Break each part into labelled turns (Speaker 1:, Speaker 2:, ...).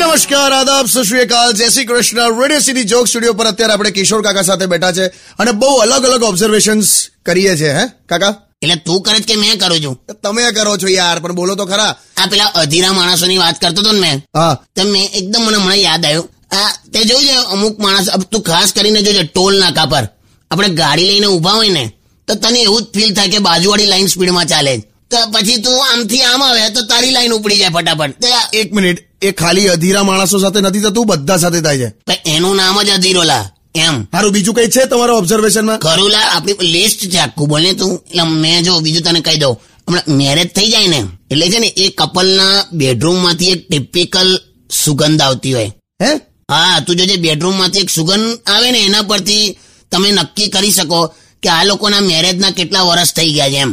Speaker 1: નમસ્કાર આદાબ સત શ્રી અકાલ જય Shri Krishna Radio City Joke Studio પર અત્યારે આપણે કિશોર કાકા સાથે બેઠા છે અને બહુ અલગ અલગ ઓબ્ઝર્વેશન્સ કરીએ છે હે કાકા
Speaker 2: એટલે તું કરે છે કે મેં કરું છું
Speaker 1: તમે કરો છો યાર પણ બોલો તો ખરા
Speaker 2: આ પેલા અધીરા માણસોની વાત કરતો હતો ને મેં
Speaker 1: હા
Speaker 2: તો મેં એકદમ મને હમણાં યાદ આવ્યું આ તે જોયું છે અમુક માણસ અબ તું ખાસ કરીને જોજે ટોલ નાકા પર આપણે ગાડી લઈને ઊભા હોય ને તો તને એવું જ ફીલ થાય કે બાજુવાળી લાઈન સ્પીડમાં ચાલે છે. તો પછી તું આમથી આમ આવે તો તારી લાઈન ઉપડી જાય ફટાફટ તે આ-
Speaker 1: એક મિનિટ એ ખાલી અધીરા માણસો સાથે નથી થતું બધા સાથે થાય છે
Speaker 2: પણ એનું નામ જ અધીરોલા એમ
Speaker 1: સારું બીજું કઈ છે તમારા ઓબ્ઝર્વેશનમાં
Speaker 2: ખરુલા આપણી લિસ્ટ છે આખું બોલે તું એટલે મેં જો બીજું તને કહી દઉં હમણાં મેરેજ થઈ જાય ને એટલે છે ને એ કપલના બેડરૂમમાંથી એક ટિપિકલ સુગંધ આવતી હોય
Speaker 1: હે
Speaker 2: હા તું જોજે બેડરૂમમાંથી એક સુગંધ આવે ને એના પરથી તમે નક્કી કરી શકો કે આ લોકોના મેરેજના કેટલા વર્ષ થઈ ગયા છે એમ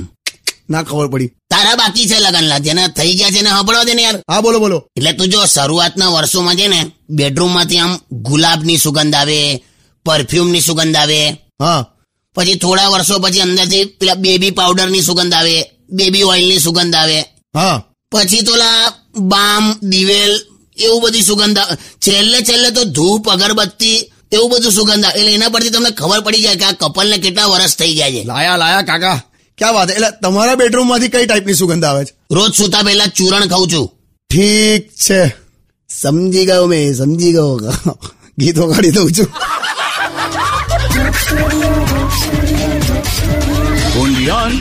Speaker 1: ના ખબર પડી
Speaker 2: તારા બાકી છે લગનલા જેના થઈ ગયા છે ને હબળવા દે ને યાર
Speaker 1: હા બોલો બોલો
Speaker 2: એટલે તું જો શરૂઆતના વર્ષોમાં છે ને બેડરૂમમાંથી આમ ગુલાબની સુગંધ આવે પરફ્યુમની સુગંધ આવે
Speaker 1: હા
Speaker 2: પછી થોડા વર્ષો પછી અંદરથી પેલા બેબી પાવડરની સુગંધ આવે બેબી ઓઇલની સુગંધ આવે
Speaker 1: હા
Speaker 2: પછી તોલા બામ દિવેલ એવું બધી સુગંધ આવે. છેલ્લે છેલ્લે તો ધૂપ અગરબત્તી એવું બધું સુગંધ આવે એટલે એના પરથી તમને ખબર પડી જાય કે આ કપલને કેટલા વર્ષ થઈ ગયા છે
Speaker 1: લાયા લાયા કાકા ક્યાં વાત છે? એટલે તમારા બેડરૂમ માંથી કઈ ટાઈપની સુગંધ આવે છે
Speaker 2: રોજ સુતા પહેલા ચૂરણ ખાઉં છું
Speaker 1: ઠીક છે સમજી ગયો મેં સમજી ગયો ગીતો કાઢી દઉં છું
Speaker 3: Only on